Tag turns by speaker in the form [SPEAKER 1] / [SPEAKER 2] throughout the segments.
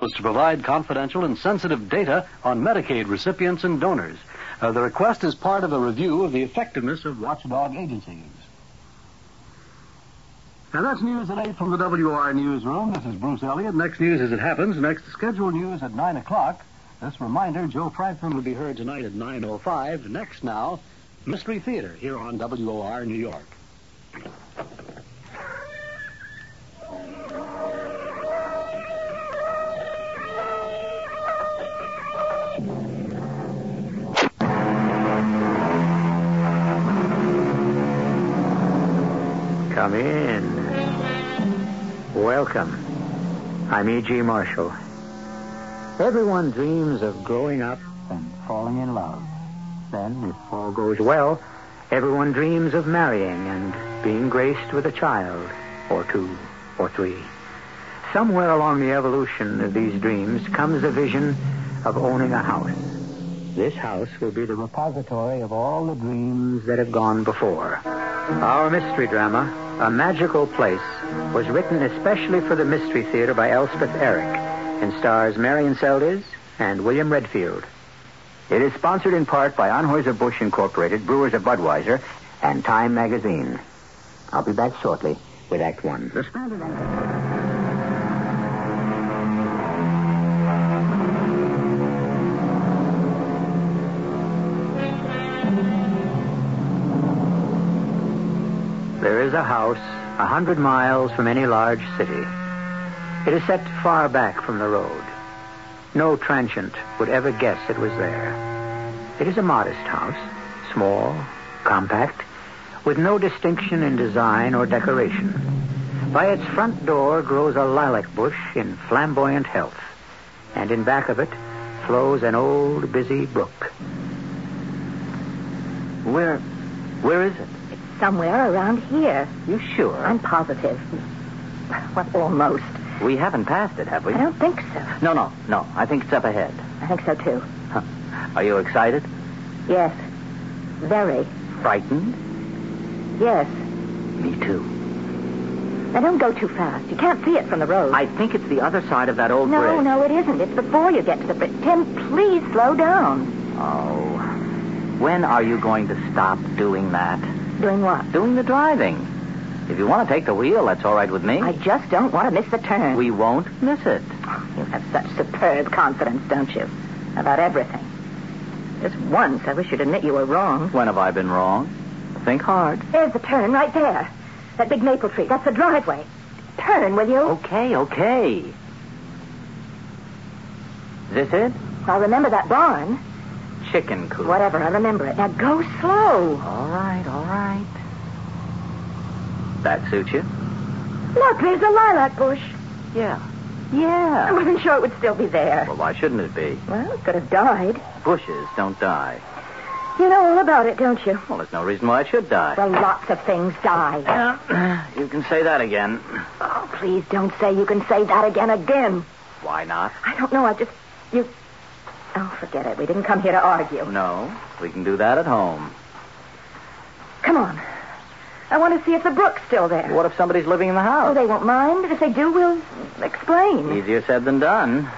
[SPEAKER 1] was to provide confidential and sensitive data on Medicaid recipients and donors. Uh, the request is part of a review of the effectiveness of watchdog agencies. Now that's news at 8 from the WR Newsroom. This is Bruce Elliott. Next news as it happens. Next scheduled news at 9 o'clock. This reminder, Joe Franklin will be heard tonight at 9.05. Next now, Mystery Theater here on WOR New York.
[SPEAKER 2] Come in. Welcome. I'm E.G. Marshall. Everyone dreams of growing up and falling in love. Then, if all goes well, everyone dreams of marrying and being graced with a child, or two, or three. Somewhere along the evolution of these dreams comes the vision of owning a house. This house will be the repository of all the dreams that have gone before. Our mystery drama, A Magical Place, was written especially for the Mystery Theater by Elspeth Eric and stars Marion Seldes and William Redfield. It is sponsored in part by Anheuser-Busch Incorporated, Brewers of Budweiser, and Time Magazine. I'll be back shortly with Act One. The standard There is a house a hundred miles from any large city. It is set far back from the road. No transient would ever guess it was there. It is a modest house, small, compact, with no distinction in design or decoration. By its front door grows a lilac bush in flamboyant health, and in back of it flows an old, busy brook. Where, where is it?
[SPEAKER 3] Somewhere around here.
[SPEAKER 2] You sure?
[SPEAKER 3] I'm positive. Well, almost.
[SPEAKER 2] We haven't passed it, have we?
[SPEAKER 3] I don't think so.
[SPEAKER 2] No, no, no. I think it's up ahead.
[SPEAKER 3] I think so, too.
[SPEAKER 2] Huh. Are you excited?
[SPEAKER 3] Yes. Very.
[SPEAKER 2] Frightened?
[SPEAKER 3] Yes.
[SPEAKER 2] Me too.
[SPEAKER 3] Now, don't go too fast. You can't see it from the road.
[SPEAKER 2] I think it's the other side of that old
[SPEAKER 3] no,
[SPEAKER 2] bridge.
[SPEAKER 3] no, it isn't. It's before you get to the bridge. Tim, please slow down.
[SPEAKER 2] Oh. When are you going to stop doing that?
[SPEAKER 3] Doing what?
[SPEAKER 2] Doing the driving. If you want to take the wheel, that's all right with me.
[SPEAKER 3] I just don't want to miss the turn. Oh,
[SPEAKER 2] We won't miss it.
[SPEAKER 3] You have such superb confidence, don't you? About everything. Just once, I wish you'd admit you were wrong.
[SPEAKER 2] When have I been wrong? Think hard.
[SPEAKER 3] There's the turn right there. That big maple tree. That's the driveway. Turn, will you?
[SPEAKER 2] Okay, okay. Is this it?
[SPEAKER 3] I'll remember that barn.
[SPEAKER 2] Chicken coop.
[SPEAKER 3] Whatever, I remember it. Now go slow.
[SPEAKER 2] All right, all right. That suits you?
[SPEAKER 3] Look, there's the lilac bush.
[SPEAKER 2] Yeah.
[SPEAKER 3] I
[SPEAKER 2] Yeah.
[SPEAKER 3] wasn't sure it would still be there.
[SPEAKER 2] Well, why shouldn't it be?
[SPEAKER 3] Well, it could have died.
[SPEAKER 2] Bushes don't die.
[SPEAKER 3] You know all about it, don't you?
[SPEAKER 2] Well, there's no reason why it should die.
[SPEAKER 3] Well, lots of things die.
[SPEAKER 2] Yeah, you can say that again.
[SPEAKER 3] Oh, please don't say you can say that again again.
[SPEAKER 2] Why not?
[SPEAKER 3] I don't know. I just you. Oh, forget it. We didn't come here to argue.
[SPEAKER 2] Oh, No, we can do that at home.
[SPEAKER 3] Come on. I want to see if the brook's still there.
[SPEAKER 2] What if somebody's living in the
[SPEAKER 3] Oh,
[SPEAKER 2] house?
[SPEAKER 3] they won't mind. If they do, we'll explain.
[SPEAKER 2] Easier said than done.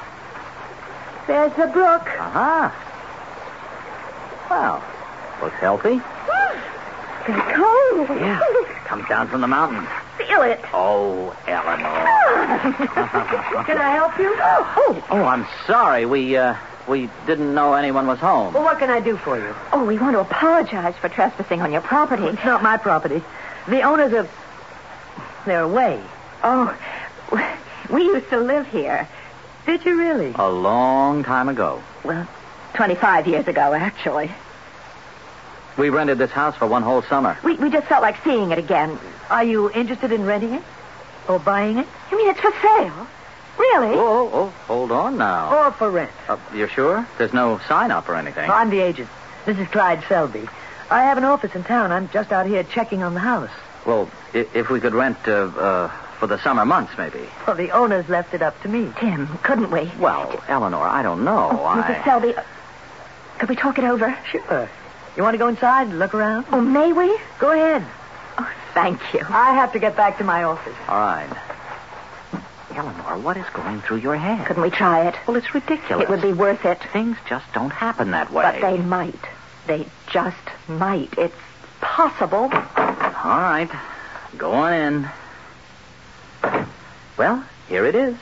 [SPEAKER 3] There's the brook.
[SPEAKER 2] Aha. Well, looks healthy.
[SPEAKER 3] It's cold.
[SPEAKER 2] Ah. Yeah. Comes down from the mountain.
[SPEAKER 3] Feel it.
[SPEAKER 2] Oh, Eleanor.
[SPEAKER 3] Can I help you? Oh, oh.
[SPEAKER 2] Oh, I'm sorry. We uh we didn't know anyone was home.
[SPEAKER 4] Well, what can I do for you?
[SPEAKER 3] Oh, we want to apologize for trespassing on your property.
[SPEAKER 4] It's not my property. The owners of. They're away.
[SPEAKER 3] Oh, we used to live here.
[SPEAKER 4] Did you really?
[SPEAKER 2] A long time ago.
[SPEAKER 3] Well, 25 years ago, actually.
[SPEAKER 2] We rented this house for one whole summer.
[SPEAKER 3] We, we just felt like seeing it again.
[SPEAKER 4] Are you interested in renting it? Or buying it?
[SPEAKER 3] You mean it's for sale? Really?
[SPEAKER 2] Oh, oh, oh hold on now.
[SPEAKER 4] Or for rent?
[SPEAKER 2] Uh, you're sure? There's no sign up or anything.
[SPEAKER 4] Oh, I'm the agent. This is Clyde Selby. I have an office in town. I'm just out here checking on the house.
[SPEAKER 2] Well, i- if we could rent uh, uh, for the summer months, maybe.
[SPEAKER 4] Well, the owners left it up to me. oh,
[SPEAKER 3] Tim, couldn't we?
[SPEAKER 2] Well, Eleanor, I don't know.
[SPEAKER 3] Mrs.
[SPEAKER 2] I.
[SPEAKER 3] Selby, uh, could we talk it over?
[SPEAKER 4] Sure. You want to go inside and look around?
[SPEAKER 3] Oh, may we?
[SPEAKER 4] Go ahead.
[SPEAKER 3] Oh, thank you.
[SPEAKER 4] I have to get back to my office.
[SPEAKER 2] All right.
[SPEAKER 5] Eleanor, what is going through your head?
[SPEAKER 3] Couldn't we try it?
[SPEAKER 5] Well, it's ridiculous.
[SPEAKER 3] It would be worth it.
[SPEAKER 5] Things just don't happen that way.
[SPEAKER 3] But they might. They just might. It's
[SPEAKER 5] All
[SPEAKER 3] possible.
[SPEAKER 5] right. Go on in. Well, here it is.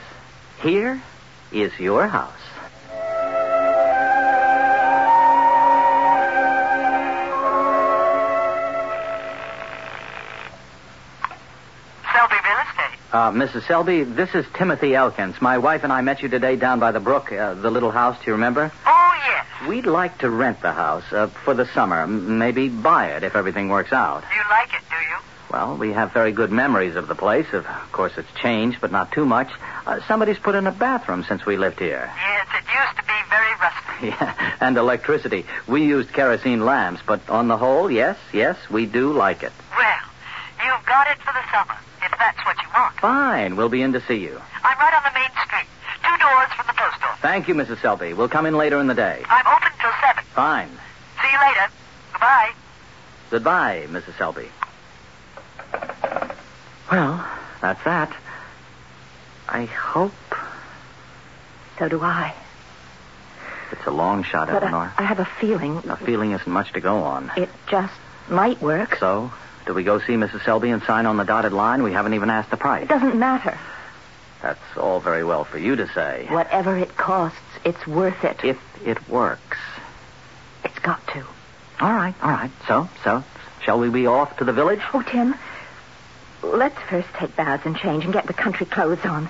[SPEAKER 5] Here is your house.
[SPEAKER 6] Selby Real Estate.
[SPEAKER 5] Uh, Mrs. Selby, this is Timothy Elkins. My wife and I met you today down by the brook, uh, the little house, do you remember?
[SPEAKER 6] Oh, yes.
[SPEAKER 5] We'd like to rent the house uh, for the summer. M- maybe buy it if everything works out.
[SPEAKER 6] You like it, do you?
[SPEAKER 5] Well, we have very good memories of the place. Of course, it's changed, but not too much. Uh, somebody's put in a bathroom since we lived here.
[SPEAKER 6] Yes, it used to be very rusty.
[SPEAKER 5] Yeah, and electricity. We used kerosene lamps, but on the whole, yes, yes, we do like it.
[SPEAKER 6] Well, you've got it for the summer, if that's what you want.
[SPEAKER 5] Fine, we'll be in to see you.
[SPEAKER 6] I'm right on the main street, two doors from the post office.
[SPEAKER 5] Thank you, Mrs. Selby. We'll come in later in the day.
[SPEAKER 6] I'm open till seven.
[SPEAKER 5] Fine.
[SPEAKER 6] See you later. Goodbye.
[SPEAKER 5] Goodbye, Mrs. Selby. Well, that's that. I hope
[SPEAKER 3] So do I.
[SPEAKER 5] it's a long shot,
[SPEAKER 3] But
[SPEAKER 5] Eleanor.
[SPEAKER 3] I, I have a feeling
[SPEAKER 5] A feeling isn't much to go on.
[SPEAKER 3] it just might work.
[SPEAKER 5] So, do we go see Mrs. Selby and sign on the dotted line? We haven't even asked the price.
[SPEAKER 3] It doesn't matter.
[SPEAKER 5] That's all very well for you to say.
[SPEAKER 3] Whatever it costs, it's worth it.
[SPEAKER 5] If it works.
[SPEAKER 3] It's got to.
[SPEAKER 5] All right, all right. So, so, shall we be off to the village?
[SPEAKER 3] Oh, Tim, let's first take baths and change and get the country clothes on.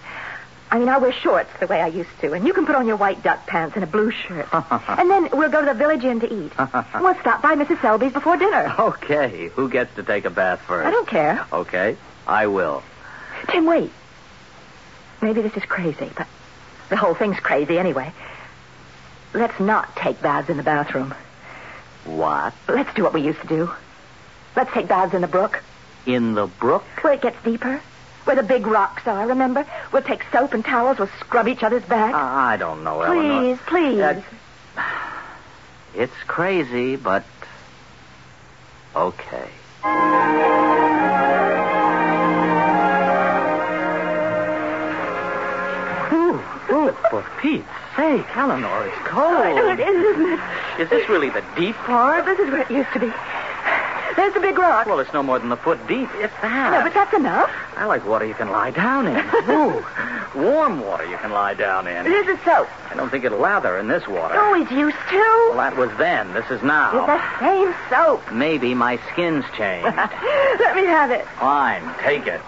[SPEAKER 3] I mean, I wear shorts the way I used to, and you can put on your white duck pants and a blue shirt. and then we'll go to the village inn to eat. we'll stop by Mrs. Selby's before dinner.
[SPEAKER 5] Okay. Who gets to take a bath first?
[SPEAKER 3] I don't care.
[SPEAKER 5] Okay, I will.
[SPEAKER 3] Tim, wait. Maybe this is crazy, but the whole thing's crazy anyway. Let's not take baths in the bathroom.
[SPEAKER 5] What?
[SPEAKER 3] Let's do what we used to do. Let's take baths in the brook,
[SPEAKER 5] In the brook?
[SPEAKER 3] where it gets deeper, where the big rocks are, remember? We'll take soap and towels, we'll scrub each other's back.
[SPEAKER 5] I don't know,
[SPEAKER 3] please,
[SPEAKER 5] Eleanor.
[SPEAKER 3] please.
[SPEAKER 5] Uh, It's crazy, but okay. Ooh, ooh, for Pete's sake, Eleanor, it's
[SPEAKER 3] I know
[SPEAKER 5] cold.
[SPEAKER 3] it is, isn't it?
[SPEAKER 5] Is this really the deep
[SPEAKER 3] Well,
[SPEAKER 5] part?
[SPEAKER 3] Uh, this is where it used to be. There's the big rock.
[SPEAKER 5] Well, it's no more than a foot deep. It's
[SPEAKER 3] no,
[SPEAKER 5] that.
[SPEAKER 3] but that's enough.
[SPEAKER 5] I like water you can lie down in. Ooh, warm water you can lie down in.
[SPEAKER 3] Here's the soap.
[SPEAKER 5] I don't think it'll lather in this water.
[SPEAKER 3] Oh, it used to.
[SPEAKER 5] Well, that was then. This is
[SPEAKER 3] It's
[SPEAKER 5] now.
[SPEAKER 3] that same soap.
[SPEAKER 5] Maybe my skin's changed.
[SPEAKER 3] Let me have it.
[SPEAKER 5] Fine, take it.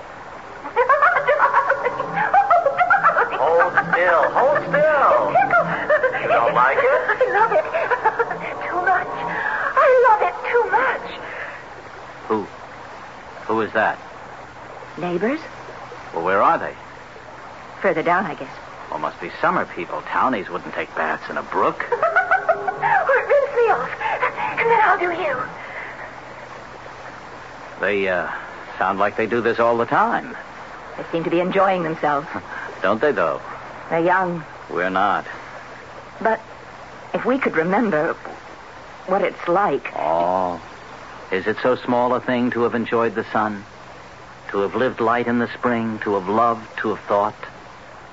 [SPEAKER 5] Hold still. Hold still.
[SPEAKER 3] You
[SPEAKER 5] don't like it?
[SPEAKER 3] I love it. too much. I love it too much.
[SPEAKER 5] Who? Who is that?
[SPEAKER 3] Neighbors?
[SPEAKER 5] Well, where are they?
[SPEAKER 3] Further down, I guess.
[SPEAKER 5] Well, must be summer people. Townies wouldn't take baths in a brook.
[SPEAKER 3] Or rinse me off, and then I'll do you.
[SPEAKER 5] They uh, sound like they do this all the time,
[SPEAKER 3] They seem to be enjoying themselves.
[SPEAKER 5] don't they? Though
[SPEAKER 3] They're young.
[SPEAKER 5] we're not.
[SPEAKER 3] But if we could remember what it's like,
[SPEAKER 5] Oh, is it so small a thing to have enjoyed the sun, to have lived light in the spring, to have loved, to have thought,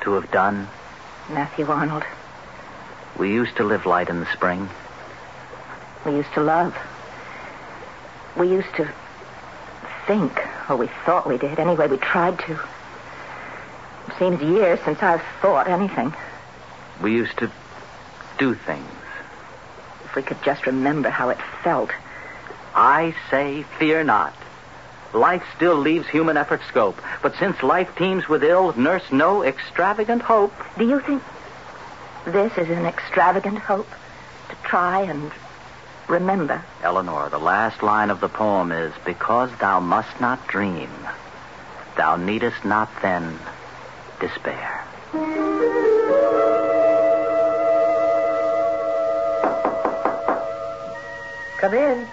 [SPEAKER 5] to have done?
[SPEAKER 3] Matthew Arnold,
[SPEAKER 5] We used to live light in the spring.
[SPEAKER 3] we used to love. We used to think, or we thought we did. Anyway, we tried to. Seems years since I've thought anything.
[SPEAKER 5] We used to do things.
[SPEAKER 3] If we could just remember how it felt.
[SPEAKER 5] I say, fear not. Life still leaves human effort scope, but since life teems with ill, nurse no extravagant hope.
[SPEAKER 3] Do you think this is an extravagant hope? To try and remember.
[SPEAKER 5] Eleanor, the last line of the poem is Because thou must not dream, thou needest not then despair.
[SPEAKER 4] Come in.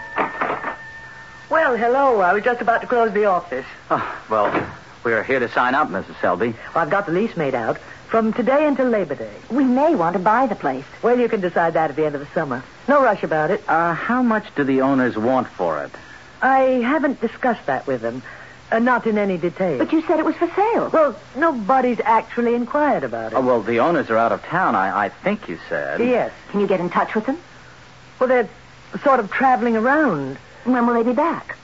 [SPEAKER 4] Well, hello. I was just about to close the office.
[SPEAKER 5] Oh, well, we're here to sign up, Mrs. Selby.
[SPEAKER 4] I've got the lease made out from today until Labor Day.
[SPEAKER 3] We may want to buy the place.
[SPEAKER 4] Well, you can decide that at the end of the summer. No rush about it.
[SPEAKER 5] Uh, how much do the owners want for it?
[SPEAKER 4] I haven't discussed that with them. Uh, not in any detail.
[SPEAKER 3] But you said it was for sale.
[SPEAKER 4] Well, nobody's actually inquired about it.
[SPEAKER 5] Oh, well, the owners are out of town, I, I think you said.
[SPEAKER 4] yes.
[SPEAKER 3] Can you get in touch with them?
[SPEAKER 4] Well, they're sort of traveling around.
[SPEAKER 3] When will they be back?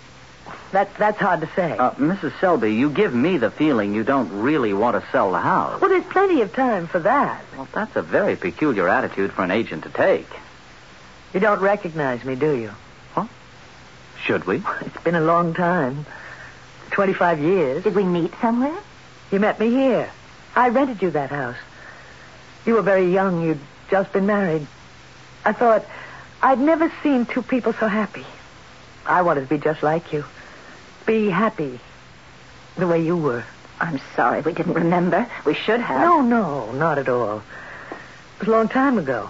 [SPEAKER 4] That, that's hard to say.
[SPEAKER 5] Uh, Mrs. Selby, you give me the feeling you don't really want to sell the house.
[SPEAKER 4] well, there's plenty of time for that.
[SPEAKER 5] Well, that's a very peculiar attitude for an agent to take.
[SPEAKER 4] You don't recognize me, do you?
[SPEAKER 5] Should we?
[SPEAKER 4] It's been a long time. 25 years.
[SPEAKER 3] Did we meet somewhere?
[SPEAKER 4] You met me here. I rented you that house. You were very young. You'd just been married. I thought I'd never seen two people so happy. I wanted to be just like you. Be happy. The way you were.
[SPEAKER 3] I'm sorry we didn't remember. We should have.
[SPEAKER 4] No, no, not at all. It was a long time ago.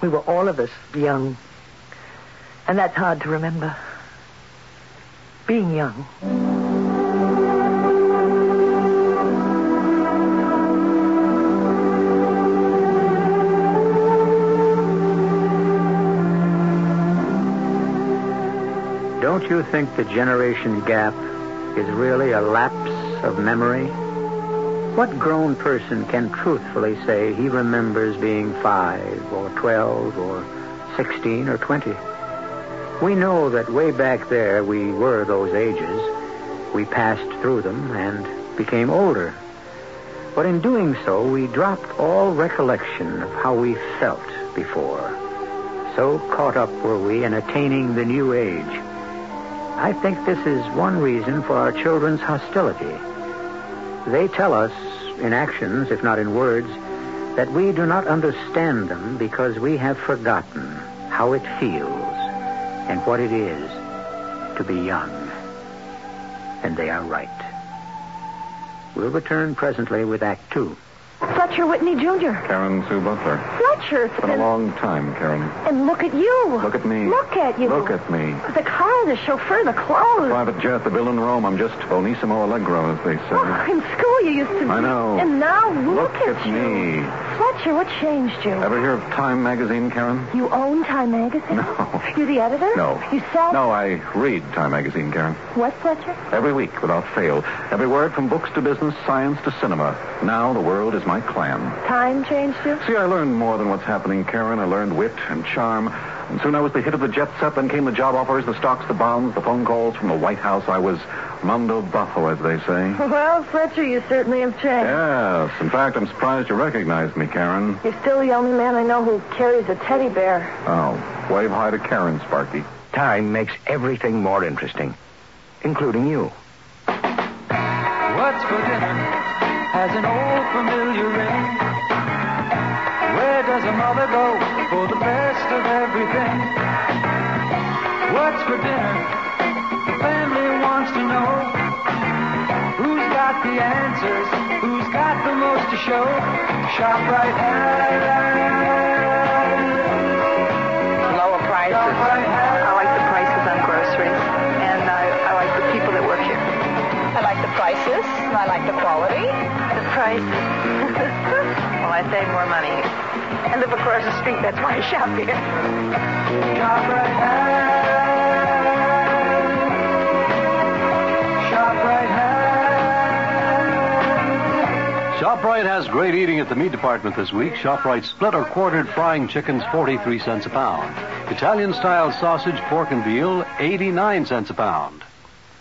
[SPEAKER 4] We were all of us young. And that's hard to remember. Being young.
[SPEAKER 2] Don't you think the generation gap is really a lapse of memory? What grown person can truthfully say he remembers being five or twelve or sixteen or twenty? We know that way back there we were those ages. We passed through them and became older. But in doing so, we dropped all recollection of how we felt before. So caught up were we in attaining the new age. I think this is one reason for our children's hostility. They tell us, in actions, if not in words, that we do not understand them because we have forgotten how it feels and what it is to be young. And they are right. We'll return presently with Act Two.
[SPEAKER 3] Fletcher Whitney Jr.
[SPEAKER 7] Karen Sue Butler.
[SPEAKER 3] Fletcher.
[SPEAKER 7] It's been a long time, Karen.
[SPEAKER 3] And look at you.
[SPEAKER 7] Look at me.
[SPEAKER 3] Look at you.
[SPEAKER 7] Look at me.
[SPEAKER 3] The car, the chauffeur, the clothes.
[SPEAKER 7] Private jet, the bill in Rome. I'm just Bonissimo Allegro, as they
[SPEAKER 3] Oh,
[SPEAKER 7] say.
[SPEAKER 3] in school you used to be.
[SPEAKER 7] I know.
[SPEAKER 3] And now
[SPEAKER 7] Look
[SPEAKER 3] look,
[SPEAKER 7] at
[SPEAKER 3] you.
[SPEAKER 7] me.
[SPEAKER 3] Fletcher, what changed you?
[SPEAKER 7] Ever hear of Time magazine, Karen?
[SPEAKER 3] You own Time magazine?
[SPEAKER 7] No.
[SPEAKER 3] You're the editor?
[SPEAKER 7] No.
[SPEAKER 3] You saw
[SPEAKER 7] No, I read Time magazine, Karen.
[SPEAKER 3] what, Fletcher?
[SPEAKER 7] Every week, without fail. Every word from books to business, science to cinema. Now the world is my clan.
[SPEAKER 3] Time changed you?
[SPEAKER 7] See, I learned more than what's happening, Karen. I learned wit and charm. And soon I was the hit of the jet set. Then came the job offers, the stocks, the bonds, the phone calls from the White House. I was Mondo Buffo, as they say.
[SPEAKER 4] Well, Fletcher, you certainly have changed.
[SPEAKER 7] Yes. In fact, I'm surprised you recognized me, Karen.
[SPEAKER 4] You're still the only man I know who carries a teddy bear.
[SPEAKER 7] Oh, wave hi to Karen, Sparky.
[SPEAKER 5] Time makes everything more interesting, including you.
[SPEAKER 8] What's for dinner has an old familiar ring. Where does a mother go for the best of everything? What's for dinner? The family wants to know. Who's got the answers? Who's got the most to show? Shop right Lower prices. I like the prices on groceries, and I, I like the people that work here. I like the prices. I like the quality. The prices. well, I save more money. I live across the street. That's why I shop here. Shop right hand. Shop right hand.
[SPEAKER 1] ShopRite has great eating at the meat department this week. ShopRite split or quartered frying chickens, 43 cents a pound. Italian style sausage, pork, and veal, 89 cents a pound.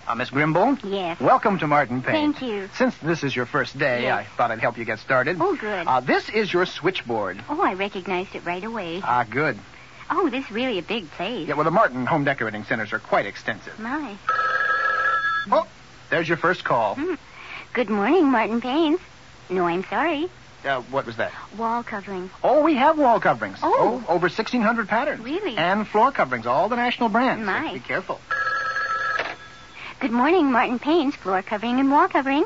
[SPEAKER 8] Uh, Miss Grimble?
[SPEAKER 9] Yes.
[SPEAKER 8] Welcome to Martin Payne.
[SPEAKER 9] Thank you.
[SPEAKER 8] Since this is your first day,
[SPEAKER 9] Yes.
[SPEAKER 8] I thought I'd help you get started.
[SPEAKER 9] Oh, good.
[SPEAKER 8] Uh, this is your switchboard.
[SPEAKER 9] Oh, I recognized it right away.
[SPEAKER 10] uh,
[SPEAKER 8] Ah, good.
[SPEAKER 9] Oh, this is really a big place.
[SPEAKER 8] Yeah, well, the Martin Home Decorating Centers are quite extensive.
[SPEAKER 9] My.
[SPEAKER 8] Oh, there's your first call.
[SPEAKER 9] Hmm. Good morning, Martin Paynes. No, I'm sorry.
[SPEAKER 8] Uh, what was that?
[SPEAKER 9] Wall covering.
[SPEAKER 8] Oh, we have wall coverings.
[SPEAKER 9] Oh.
[SPEAKER 8] over 1,600 patterns.
[SPEAKER 9] Really?
[SPEAKER 8] And floor coverings, all the national brands.
[SPEAKER 9] My.
[SPEAKER 8] Be careful.
[SPEAKER 9] Good morning, Martin Paynes. Floor covering and wall covering.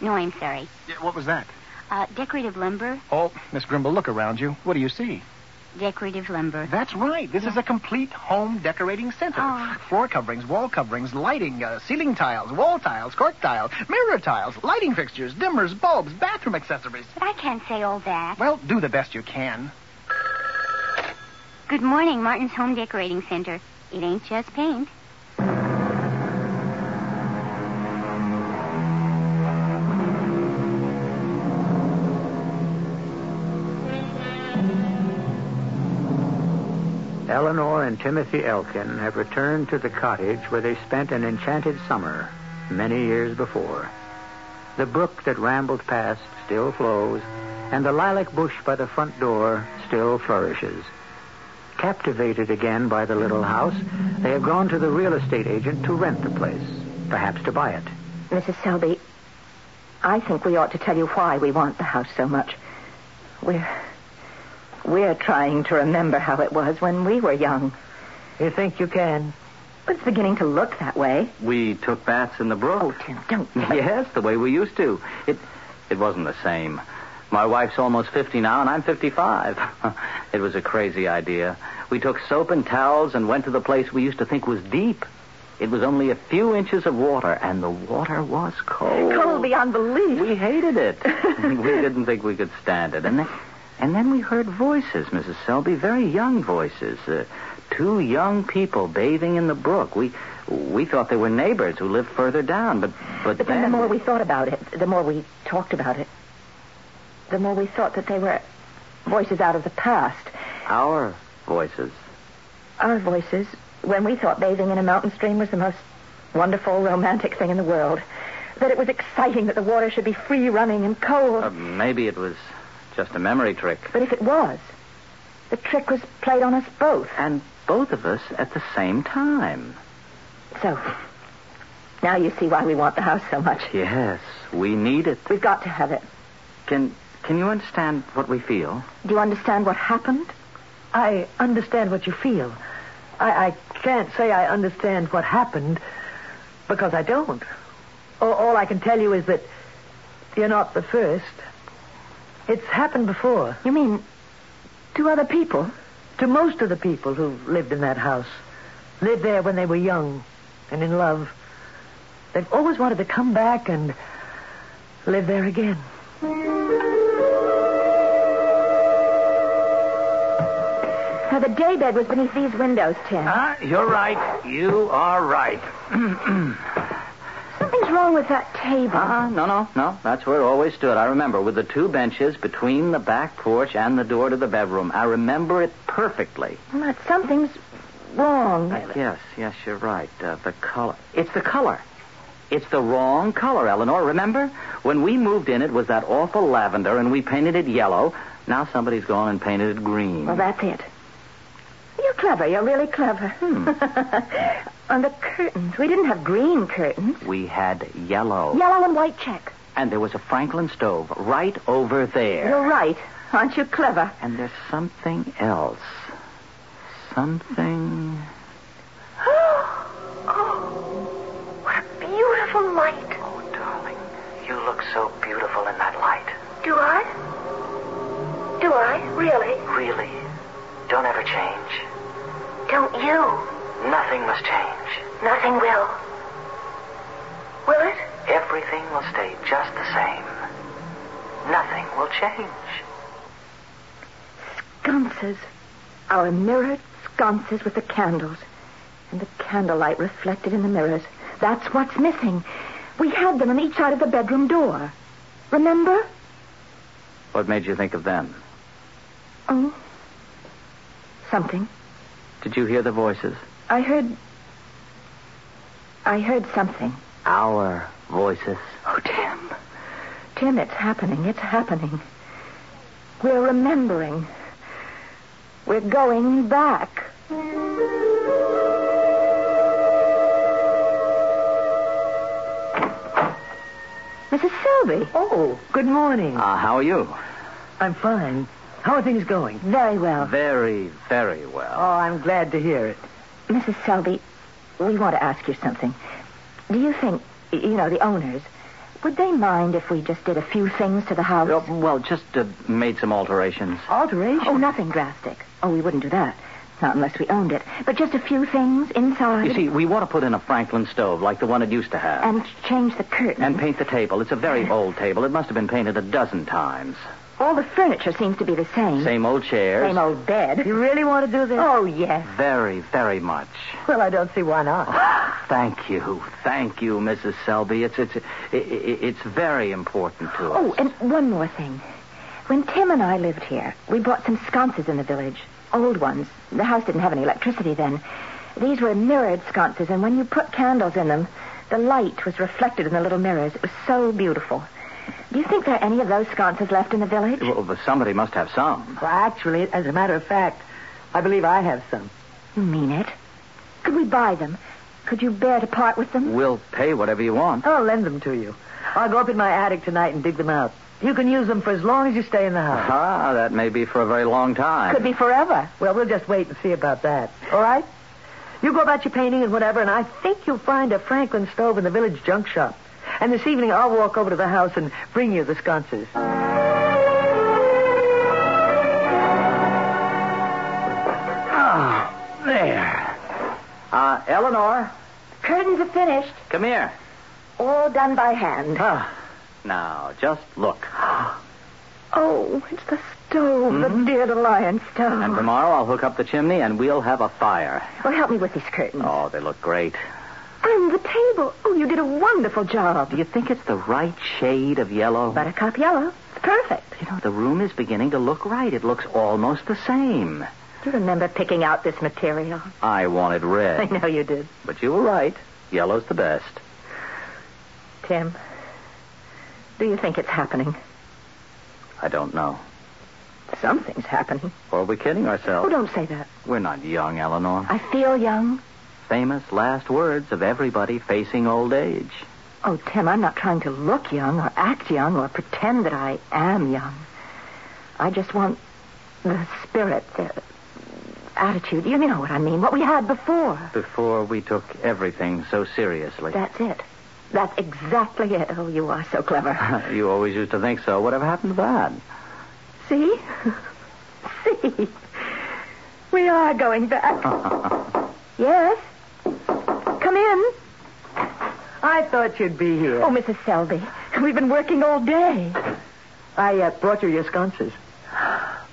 [SPEAKER 9] No, I'm sorry.
[SPEAKER 8] Yeah, what was that?
[SPEAKER 9] Uh, decorative lumber.
[SPEAKER 8] Oh, Miss Grimble, look around you. What do you see?
[SPEAKER 9] Decorative lumber.
[SPEAKER 8] That's right. This is a complete home decorating center.
[SPEAKER 9] Oh.
[SPEAKER 8] Floor coverings, wall coverings, lighting, uh, ceiling tiles, wall tiles, cork tiles, mirror tiles, lighting fixtures, dimmers, bulbs, bathroom accessories.
[SPEAKER 9] But I can't say all that.
[SPEAKER 8] Well, do the best you can.
[SPEAKER 9] Good morning, Martin's Home Decorating Center. It ain't just paint.
[SPEAKER 2] Eleanor and Timothy Elkin have returned to the cottage where they spent an enchanted summer many years before. The brook that rambled past still flows, and the lilac bush by the front door still flourishes. Captivated again by the little house, they have gone to the real estate agent to rent the place, perhaps to buy it.
[SPEAKER 3] Mrs. Selby, I think we ought to tell you why we want the house so much. We're we're trying to remember how it was when we were young.
[SPEAKER 4] You think you can?
[SPEAKER 3] But it's beginning to look that way.
[SPEAKER 5] We took baths in the brook.
[SPEAKER 3] Oh, Tim, don't.
[SPEAKER 5] Yes, the way we used to. It it wasn't the same. My wife's almost 50 now, and I'm 55. it was a crazy idea. We took soap and towels and went to the place we used to think was deep. It was only a few inches of water, and the water was cold.
[SPEAKER 3] Cold beyond belief.
[SPEAKER 5] We hated it. we didn't think we could stand it. And then, and then we heard voices, Mrs. Selby, very young voices. Uh, two young people bathing in the brook. We we thought they were neighbors who lived further down, but but,
[SPEAKER 3] But then the more we thought about it, the more we talked about it, the more we thought that they were voices out of the past.
[SPEAKER 5] our voices.
[SPEAKER 3] Our voices, when we thought bathing in a mountain stream was the most wonderful, romantic thing in the world, that it was exciting that the water should be free running and cold.
[SPEAKER 5] Uh, maybe it was just a memory trick.
[SPEAKER 3] But if it was, the trick was played on us both.
[SPEAKER 5] And both of us at the same time.
[SPEAKER 3] So, now you see why we want the house so much.
[SPEAKER 5] Yes, we need it.
[SPEAKER 3] We've got to have it.
[SPEAKER 5] Can can you understand what we feel?
[SPEAKER 3] Do you understand what happened?
[SPEAKER 4] I understand what you feel. I, I can't say I understand what happened because I don't. All, all I can tell you is that you're not the first. It's happened before.
[SPEAKER 3] You mean to other people?
[SPEAKER 4] To most of the people who lived in that house. Lived there when they were young and in love. They've always wanted to come back and live there again.
[SPEAKER 3] Now, the daybed was beneath these windows, Tim.
[SPEAKER 5] Ah, you're right. You are right.
[SPEAKER 3] Something's wrong with that table.
[SPEAKER 5] Ah, no, no, no. That's where it always stood. I remember with the two benches between the back porch and the door to the bedroom. I remember it perfectly.
[SPEAKER 3] Not something's wrong.
[SPEAKER 5] Yes, yes, you're right. Uh, the color. It's the color. It's the wrong color, Eleanor. Remember? When we moved in, it was that awful lavender, and we painted it yellow. Now somebody's gone and painted it green.
[SPEAKER 3] Well, that's it. You're clever. You're really clever. On the curtains. We didn't have green curtains.
[SPEAKER 5] We had yellow.
[SPEAKER 3] Yellow and white check.
[SPEAKER 5] And there was a Franklin stove right over there.
[SPEAKER 3] You're right. Aren't you clever?
[SPEAKER 5] And there's something else. Something.
[SPEAKER 3] oh, what a beautiful light.
[SPEAKER 5] Oh, darling, you look so beautiful in that light.
[SPEAKER 3] Do I? Do I? Really?
[SPEAKER 5] Really. Don't ever change.
[SPEAKER 3] Don't you?
[SPEAKER 5] Nothing must change.
[SPEAKER 3] Nothing will. Will it?
[SPEAKER 5] Everything will stay just the same. Nothing will change.
[SPEAKER 3] Sconces. Our mirrored sconces with the candles. And the candlelight reflected in the mirrors. That's what's missing. We had them on each side of the bedroom door. Remember?
[SPEAKER 5] What made you think of them?
[SPEAKER 3] Oh. Something.
[SPEAKER 5] Did you hear the voices?
[SPEAKER 3] I heard. I heard something.
[SPEAKER 5] Our voices.
[SPEAKER 3] Oh, Tim. Tim, it's happening. It's happening. We're remembering. We're going back. Mrs. Selby.
[SPEAKER 4] Oh, good morning.
[SPEAKER 5] Ah, how are you?
[SPEAKER 4] I'm fine. How are things going?
[SPEAKER 3] Very well.
[SPEAKER 5] Very, very well.
[SPEAKER 4] Oh, I'm glad to hear it.
[SPEAKER 3] Mrs. Selby, we want to ask you something. Do you think, you know, the owners, would they mind if we just did a few things to the house?
[SPEAKER 5] Uh, Well, just uh, made some alterations.
[SPEAKER 4] Alteration?
[SPEAKER 3] Oh, nothing drastic. Oh, we wouldn't do that. Not unless we owned it. But just a few things inside.
[SPEAKER 5] You see, we want to put in a Franklin stove like the one it used to have.
[SPEAKER 3] and change the curtain.
[SPEAKER 5] And paint the table. It's a very old table. It must have been painted a dozen times.
[SPEAKER 3] All the furniture seems to be the same.
[SPEAKER 5] Same old chairs.
[SPEAKER 3] Same old bed.
[SPEAKER 4] You really want to do this?
[SPEAKER 3] Oh, yes.
[SPEAKER 5] Very, very much.
[SPEAKER 4] Well, I don't see why not.
[SPEAKER 5] Thank you, thank you, Mrs. Selby. It's it's i- i- it's very important to us.
[SPEAKER 3] Oh, and one Oh, more thing. When Tim and I lived here, we bought some sconces in the village. Old ones. The house didn't have any electricity then. These were mirrored sconces, and when you put candles in them, the light was reflected in the little mirrors. It was so beautiful. Do you think there are any of those sconces left in the village?
[SPEAKER 5] Well, but somebody must have some.
[SPEAKER 4] Well, actually, as a matter of fact, I believe I have some.
[SPEAKER 3] You mean it? Could we buy them? Could you bear to part with them?
[SPEAKER 5] We'll pay whatever you want.
[SPEAKER 4] I'll lend them to you. I'll go up in my attic tonight and dig them out. You can use them for as long as you stay in the house.
[SPEAKER 5] Ah, that may be for a very long time.
[SPEAKER 3] Could be forever.
[SPEAKER 4] Well, we'll just wait and see about that. All right? You go about your painting and whatever, and I think you'll find a Franklin stove in the village junk shop. And this evening I'll walk over to the house and bring you the sconces.
[SPEAKER 5] Ah, there. Uh, Eleanor,
[SPEAKER 3] Curtains are finished.
[SPEAKER 5] come here.
[SPEAKER 3] All done by hand.
[SPEAKER 5] Ah, now, just look.
[SPEAKER 3] Oh, it's the stove,
[SPEAKER 5] Mm-hmm.
[SPEAKER 3] the dear Lion stove.
[SPEAKER 5] And tomorrow I'll hook up the chimney and we'll have a fire.
[SPEAKER 3] Well, help me with these curtains.
[SPEAKER 5] Oh, they look great.
[SPEAKER 3] And the table. Oh, you did a wonderful job.
[SPEAKER 5] Do you think it's the right shade of yellow?
[SPEAKER 3] Buttercup yellow. It's perfect.
[SPEAKER 5] You know, the room is beginning to look right. It looks almost the same.
[SPEAKER 3] Do you remember picking out this material?
[SPEAKER 5] I wanted red.
[SPEAKER 3] I know you did.
[SPEAKER 5] But you were right. Yellow's the best.
[SPEAKER 3] Tim, do you think it's happening?
[SPEAKER 5] I don't know.
[SPEAKER 3] Something's happening.
[SPEAKER 5] Or are we kidding
[SPEAKER 3] Oh,
[SPEAKER 5] ourselves?
[SPEAKER 3] don't say that.
[SPEAKER 5] We're not young, Eleanor.
[SPEAKER 3] I feel young.
[SPEAKER 5] Famous last words of everybody facing old age.
[SPEAKER 3] Oh, Tim, I'm not trying to look young or act young or pretend that I am young. I just want the spirit, the attitude. You know what I mean, what we had before.
[SPEAKER 5] Before we took everything so seriously.
[SPEAKER 3] That's it. That's exactly it. Oh, you are so clever.
[SPEAKER 5] you always used to think so. Whatever happened to that?
[SPEAKER 3] See? See? We are going back. yes? Come in.
[SPEAKER 4] I thought you'd be here.
[SPEAKER 3] Oh, Mrs. Selby, we've been working all day.
[SPEAKER 4] I uh, brought you your sconces.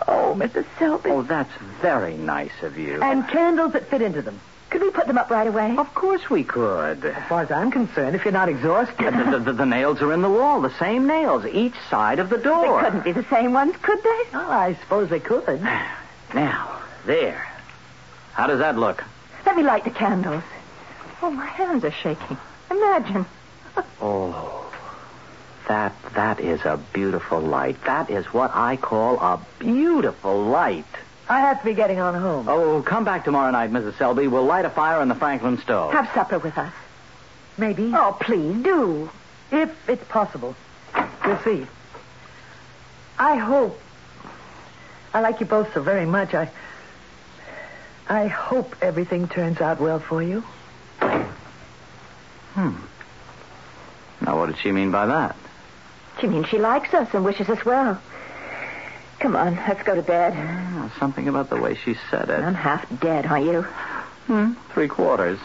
[SPEAKER 3] Oh, Mrs. Selby.
[SPEAKER 5] Oh, that's very nice of you.
[SPEAKER 4] And candles that fit into them.
[SPEAKER 3] Could we put them up right away?
[SPEAKER 5] Of course we could.
[SPEAKER 4] As far as I'm concerned, if you're not exhausted.
[SPEAKER 5] the, the- the, the nails are in the wall, the same nails, each side of the door.
[SPEAKER 3] They couldn't be the same ones, could they?
[SPEAKER 4] Well, I suppose they could.
[SPEAKER 5] Now, there. How does that look?
[SPEAKER 3] Let me light the candles. Oh, my hands are shaking. Imagine.
[SPEAKER 5] Oh, that that is a beautiful light. That is what I call a beautiful light.
[SPEAKER 4] I have to be getting on home.
[SPEAKER 5] Oh, come back tomorrow night, Mrs. Selby. We'll light a fire in the Franklin stove.
[SPEAKER 3] Have supper with us.
[SPEAKER 4] Maybe.
[SPEAKER 3] Oh, please do.
[SPEAKER 4] If it's possible. We'll see. I hope. I like you both so very much. I. I hope everything turns out well for you.
[SPEAKER 5] Now, what did she mean by that?
[SPEAKER 3] She means she likes us and wishes us well. Come on, let's go to bed.
[SPEAKER 5] Oh, something about the way she said it.
[SPEAKER 3] I'm half dead, are you?
[SPEAKER 5] Hmm, Three quarters.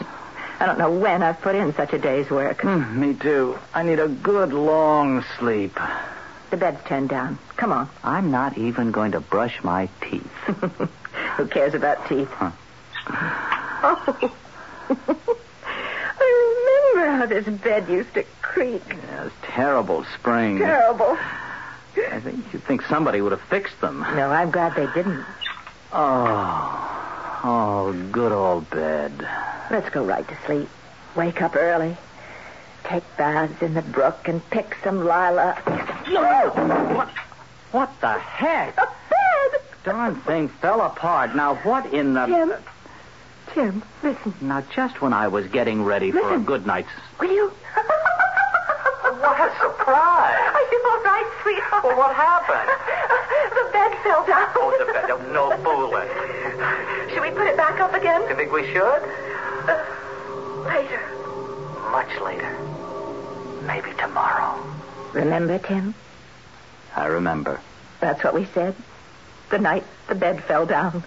[SPEAKER 3] I don't know when I've put in such a day's work.
[SPEAKER 5] Hmm, me too. I need a good long sleep.
[SPEAKER 3] The bed's turned down. Come on.
[SPEAKER 5] I'm not even going to brush my teeth.
[SPEAKER 3] Who cares about teeth? Oh. I remember how this bed used to creak.
[SPEAKER 5] Yes, terrible spring.
[SPEAKER 3] Terrible.
[SPEAKER 5] I think you'd think somebody would have fixed them.
[SPEAKER 3] No, I'm glad they didn't.
[SPEAKER 5] Oh, oh, good old bed.
[SPEAKER 3] Let's go right to sleep. Wake up early. Take baths in the brook and pick some lilac. No!
[SPEAKER 5] What? What the heck?
[SPEAKER 3] A bed!
[SPEAKER 5] Darn thing fell apart. Now what in the?
[SPEAKER 3] Tim. Tim, listen.
[SPEAKER 5] Now just when I was getting ready for a
[SPEAKER 3] Listen.
[SPEAKER 5] good night's.
[SPEAKER 3] Will you?
[SPEAKER 5] What a surprise!
[SPEAKER 3] Are you all right, sweetheart?
[SPEAKER 5] Well, what happened?
[SPEAKER 3] the bed fell down.
[SPEAKER 5] Oh, the bed. Oh, no fooling.
[SPEAKER 3] Should we put it back up again?
[SPEAKER 5] You think we should?
[SPEAKER 3] Uh, later.
[SPEAKER 5] Much later. Maybe tomorrow.
[SPEAKER 3] Remember, Tim?
[SPEAKER 5] I remember.
[SPEAKER 3] That's what we said. The night the bed fell down.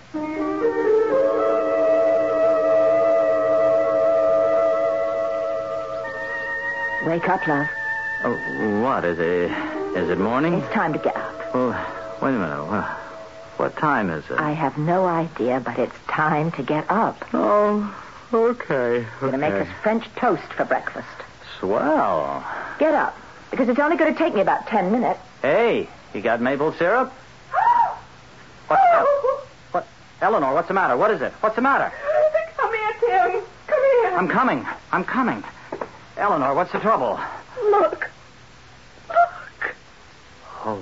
[SPEAKER 3] Wake up, love.
[SPEAKER 5] Oh, what is it? Is it morning?
[SPEAKER 3] It's time to get up.
[SPEAKER 5] Well, wait a minute. Well, what time is it?
[SPEAKER 3] I have no idea, but it's time to get up.
[SPEAKER 5] Oh, okay.
[SPEAKER 3] We're going to make us French toast for breakfast.
[SPEAKER 5] Swell.
[SPEAKER 3] Get up, because it's only going to take me about ten minutes.
[SPEAKER 5] Hey, You got maple syrup? What's that? What? Eleanor, what's the matter? What is it? What's the matter?
[SPEAKER 3] Oh,
[SPEAKER 6] Come here, Tim. Come here.
[SPEAKER 5] I'm coming. I'm coming. Eleanor, what's the trouble?
[SPEAKER 6] Look.
[SPEAKER 5] Holy.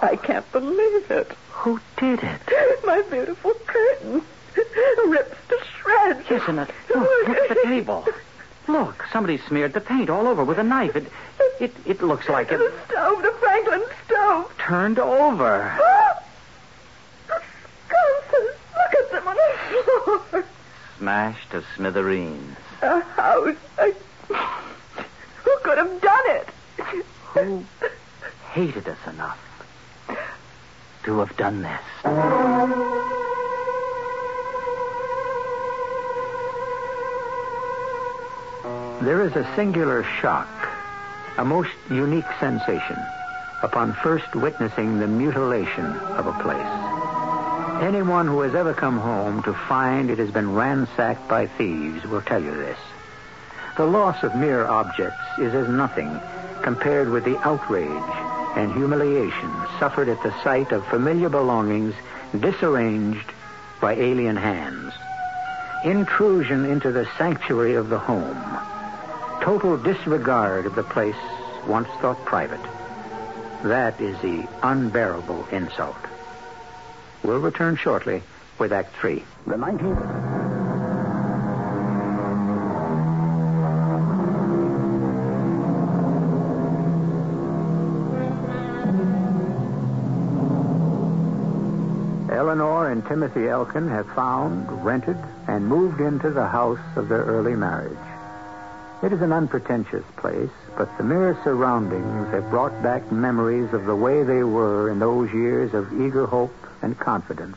[SPEAKER 6] I can't believe it.
[SPEAKER 5] Who did it?
[SPEAKER 6] My beautiful curtain. Rips to shreds.
[SPEAKER 5] Yes, and it, look, look at the table. Look, somebody smeared the paint all over with a knife. It, it, it looks like it
[SPEAKER 6] The stove, the Franklin stove.
[SPEAKER 5] turned over.
[SPEAKER 6] Constance, look at them on the floor.
[SPEAKER 5] Smashed to smithereens.
[SPEAKER 6] A house. A... Who could have done it? Who?
[SPEAKER 5] Hated us enough to have done this.
[SPEAKER 2] There is a singular shock, a most unique sensation, upon first witnessing the mutilation of a place. Anyone who has ever come home to find it has been ransacked by thieves will tell you this. The loss of mere objects is as nothing compared with the outrage and humiliation suffered at the sight of familiar belongings disarranged by alien hands. Intrusion into the sanctuary of the home. Total disregard of the place once thought private. That is the unbearable insult. We'll return shortly with Act Three. The 19th. Eleanor and Timothy Elkin have found, rented, and moved into the house of their early marriage. It is an unpretentious place, but the mere surroundings have brought back memories of the way they were in those years of eager hope and confidence,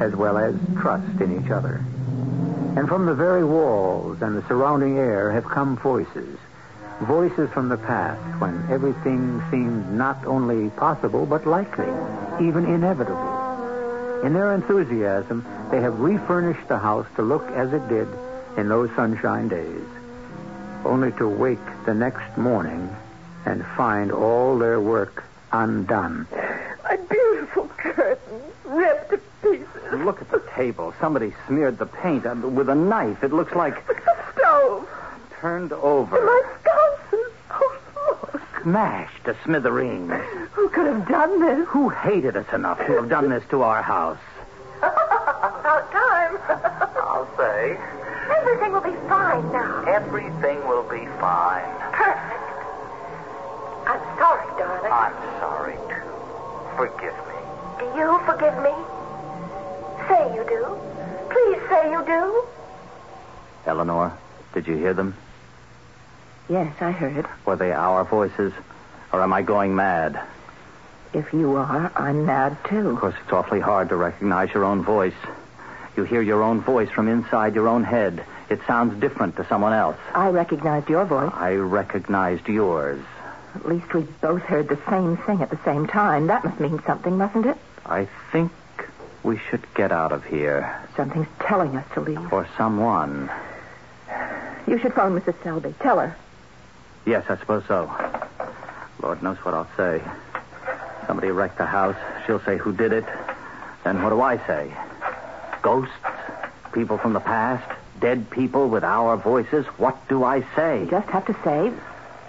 [SPEAKER 2] as well as trust in each other. And from the very walls and the surrounding air have come voices. Voices from the past when everything seemed not only possible, but likely, even inevitable. In their enthusiasm, they have refurnished the house to look as it did in those sunshine days, only to wake the next morning and find all their work undone.
[SPEAKER 6] My beautiful curtain. Ripped to pieces.
[SPEAKER 5] Look at the table. Somebody smeared the paint uh, with a knife. It looks like
[SPEAKER 6] Stove.
[SPEAKER 5] turned over.
[SPEAKER 6] My sconces. Oh, look.
[SPEAKER 5] Smashed to smithereens.
[SPEAKER 6] Who could have done this?
[SPEAKER 5] Who hated us enough to have done this to our house?
[SPEAKER 11] About time. I'll say. Everything will be fine now.
[SPEAKER 5] Everything will be fine.
[SPEAKER 11] Perfect. I'm sorry, darling.
[SPEAKER 5] I'm sorry, too. Forgive me.
[SPEAKER 11] Do you forgive me? Say you do. Please say you do.
[SPEAKER 5] Eleanor, did you hear them?
[SPEAKER 3] Yes, I heard.
[SPEAKER 5] Were they our voices? Or am I going mad?
[SPEAKER 3] If you are, I'm mad too.
[SPEAKER 5] Of course, it's awfully hard to recognize your own voice. You hear your own voice from inside your own head. It sounds different to someone else.
[SPEAKER 3] I recognized your voice.
[SPEAKER 5] I recognized yours.
[SPEAKER 3] At least we both heard the same thing at the same time. That must mean something, mustn't it?
[SPEAKER 5] I think we should get out of here.
[SPEAKER 3] Something's telling us to leave.
[SPEAKER 5] Or someone.
[SPEAKER 3] You should phone Mrs. Selby. Tell her.
[SPEAKER 5] Yes, I suppose so. Lord knows what I'll say. Somebody wrecked the house. She'll say who did it. Then what do I say? Ghosts? People from the past? Dead people with our voices? What do I say?
[SPEAKER 3] Just have to say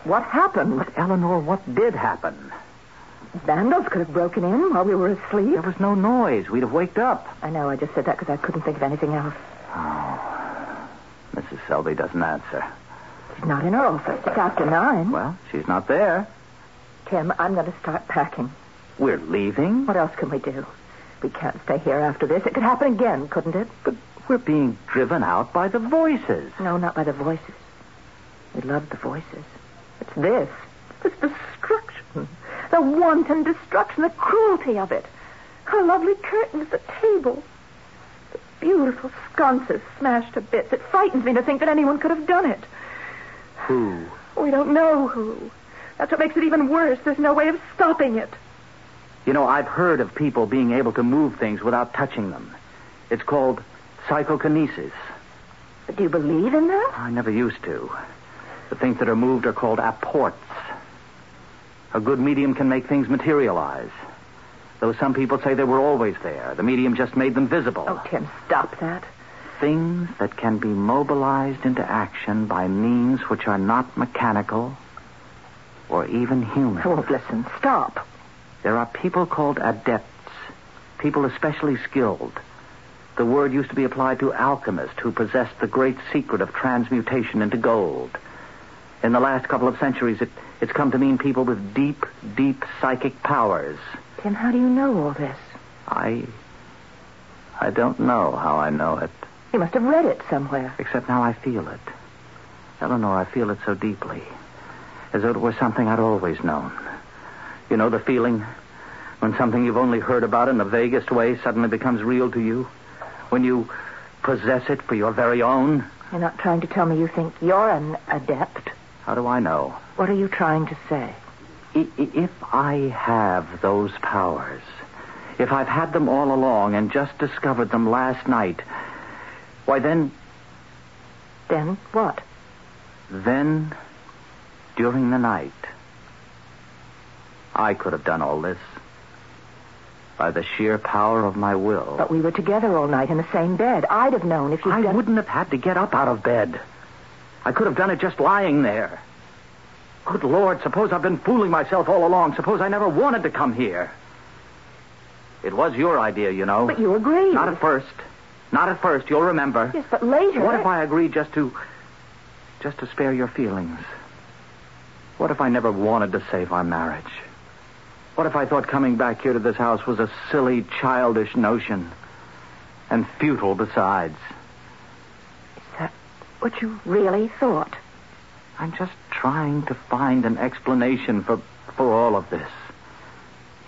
[SPEAKER 3] what happened.
[SPEAKER 5] Eleanor, what did happen?
[SPEAKER 3] Vandals could have broken in while we were asleep.
[SPEAKER 5] There was no noise. We'd have waked up.
[SPEAKER 3] I know, I just said that because I couldn't think of anything else.
[SPEAKER 5] Mrs. Oh. Selby doesn't answer.
[SPEAKER 3] She's not in her office. It's after nine.
[SPEAKER 5] Well, she's not there.
[SPEAKER 3] Tim, I'm going to start packing.
[SPEAKER 5] We're leaving.
[SPEAKER 3] What else can we do? We can't stay here after this. It could happen again, couldn't it?
[SPEAKER 5] But we're being driven out by the voices.
[SPEAKER 3] No, not by the voices. We love the voices. It's this. This destruction. The wanton destruction, the cruelty of it. Her lovely curtains, the table. The beautiful sconces smashed to bits. It frightens me to think that anyone could have done it.
[SPEAKER 5] Who?
[SPEAKER 3] We don't know who. That's what makes it even worse. There's no way of stopping it.
[SPEAKER 5] You know, I've heard of people being able to move things without touching them. It's called psychokinesis.
[SPEAKER 3] But do you believe in that?
[SPEAKER 5] I never used to. The things that are moved are called apports. A good medium can make things materialize. Though some people say they were always there, the medium just made them visible.
[SPEAKER 4] Oh, Tim, stop that.
[SPEAKER 5] Things that can be mobilized into action by means which are not mechanical or even human.
[SPEAKER 4] Oh, listen, stop.
[SPEAKER 5] There are people called adepts, people especially skilled. The word used to be applied to alchemists who possessed the great secret of transmutation into gold. In the last couple of centuries, it, it's come to mean people with deep, deep psychic powers.
[SPEAKER 4] Tim, how do you know all this?
[SPEAKER 5] I. I don't know how I know it,
[SPEAKER 4] You must have read it somewhere.
[SPEAKER 5] except now I feel it. Eleanor, I feel it so deeply, as though it were something I'd always known. You know the feeling when something you've only heard about in the vaguest way suddenly becomes real to you? When you possess it for your very own?
[SPEAKER 4] You're not trying to tell me you think you're an adept.
[SPEAKER 5] How do I know?
[SPEAKER 4] What are you trying to say?
[SPEAKER 5] I- i- If I have those powers, if I've had them all along and just discovered them last night, why then,
[SPEAKER 4] Then what?
[SPEAKER 5] then, during the night, I could have done all this by the sheer power of my will.
[SPEAKER 4] But we were together all night in the same bed. I'd have known if you'd
[SPEAKER 5] I
[SPEAKER 4] done...
[SPEAKER 5] wouldn't have had to get up out of bed. I could have done it just lying there. Good Lord, suppose I've been fooling myself all along. Suppose I never wanted to come here. It was your idea, you know.
[SPEAKER 4] But you agreed.
[SPEAKER 5] Not at first. Not at first. You'll remember.
[SPEAKER 4] Yes, but later...
[SPEAKER 5] What if I agreed just to. just to spare your feelings? What if I never wanted to save our marriage? What if I thought coming back here to this house was a silly, childish notion? And futile besides.
[SPEAKER 4] Is that what you really thought?
[SPEAKER 5] I'm just trying to find an explanation for, for all of this.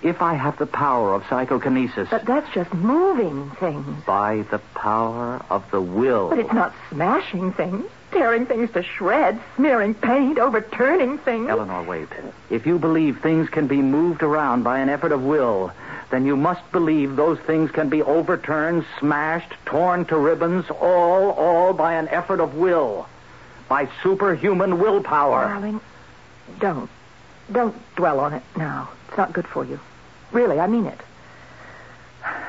[SPEAKER 5] If I have the power of psychokinesis,
[SPEAKER 4] But that's just moving things.
[SPEAKER 5] by the power of the will.
[SPEAKER 4] But it's not smashing things, tearing things to shreds, smearing paint, overturning things.
[SPEAKER 5] Eleanor, wait. If you believe things can be moved around by an effort of will, then you must believe those things can be overturned, smashed, torn to ribbons, all, all by an effort of will. By superhuman willpower.
[SPEAKER 4] Darling, don't. Don't dwell on it now. It's not good for you. Really, I mean it.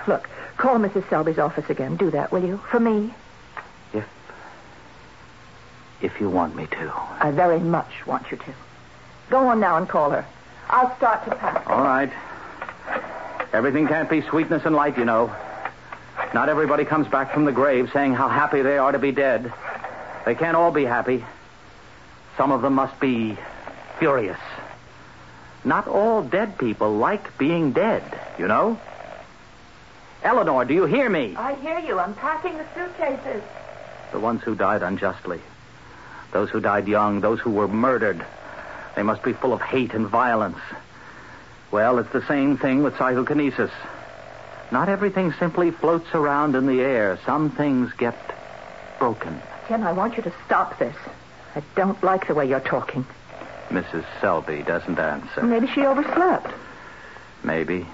[SPEAKER 4] Look, call Mrs. Selby's office again. Do that, will you? For me,
[SPEAKER 5] If. if you want me to.
[SPEAKER 4] I very much want you to. Go on now and call her. I'll start to pack.
[SPEAKER 5] All right. Everything can't be sweetness and light, you know. Not everybody comes back from the grave saying how happy they are to be dead. They can't all be happy. Some of them must be furious. Not all dead people like being dead, you know? Eleanor, do you hear me?
[SPEAKER 12] I hear you. I'm packing the suitcases.
[SPEAKER 5] The ones who died unjustly. Those who died young, those who were murdered. They must be full of hate and violence. Well, it's the same thing with psychokinesis. Not everything simply floats around in the air. Some things get broken.
[SPEAKER 4] Tim, I want you to stop this. I don't like the way you're talking.
[SPEAKER 5] Mrs. Selby doesn't answer.
[SPEAKER 4] Maybe she overslept.
[SPEAKER 5] Maybe.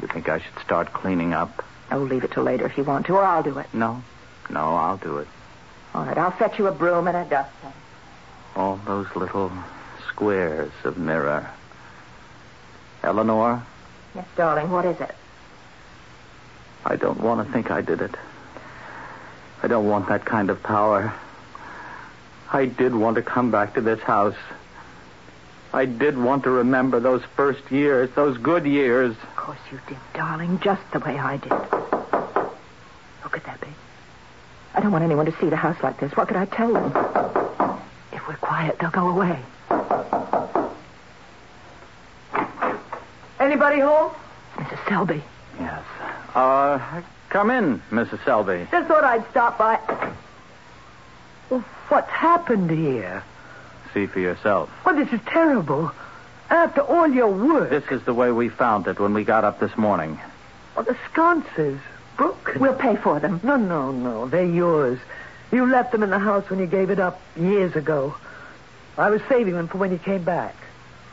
[SPEAKER 5] You think I should start cleaning up?
[SPEAKER 4] Oh, leave it till later if you want to, or I'll do it.
[SPEAKER 5] No. No, I'll do it.
[SPEAKER 4] All right, I'll fetch you a broom and a dustpan.
[SPEAKER 5] All those little squares of mirror. Eleanor,
[SPEAKER 4] Yes, darling, what is it?
[SPEAKER 5] I don't want to think I did it. I don't want that kind of power. I did want to come back to this house. I did want to remember those first years, those good years.
[SPEAKER 4] Of course you did, darling, just the way I did. Look at that, babe. I don't want anyone to see the house like this. What could I tell them? If we're quiet, they'll go away. Anybody home? Mrs. Selby.
[SPEAKER 5] Yes. Uh, come in, Mrs. Selby.
[SPEAKER 4] Just thought I'd stop by. Well, what's happened here?
[SPEAKER 5] See for yourself.
[SPEAKER 4] Well, this is terrible. After all your work,
[SPEAKER 5] This is the way we found it when we got up this morning.
[SPEAKER 4] well, the sconces broken. We'll pay for them. No, no, no. They're yours. You left them in the house when you gave it up years ago. I was saving them for when you came back.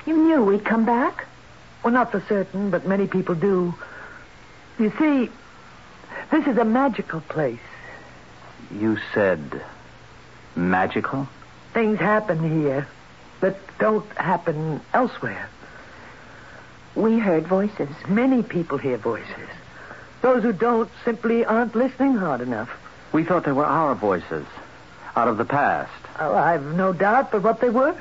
[SPEAKER 4] You knew we'd come back? Well, not for certain, but many people do. You see, this is a magical place.
[SPEAKER 5] You said magical?
[SPEAKER 4] Things happen here. that don't happen elsewhere. We heard voices. Many people hear voices. Those who don't simply aren't listening hard enough.
[SPEAKER 5] We thought they were our voices out of the past.
[SPEAKER 4] Oh, I've no doubt but what they were.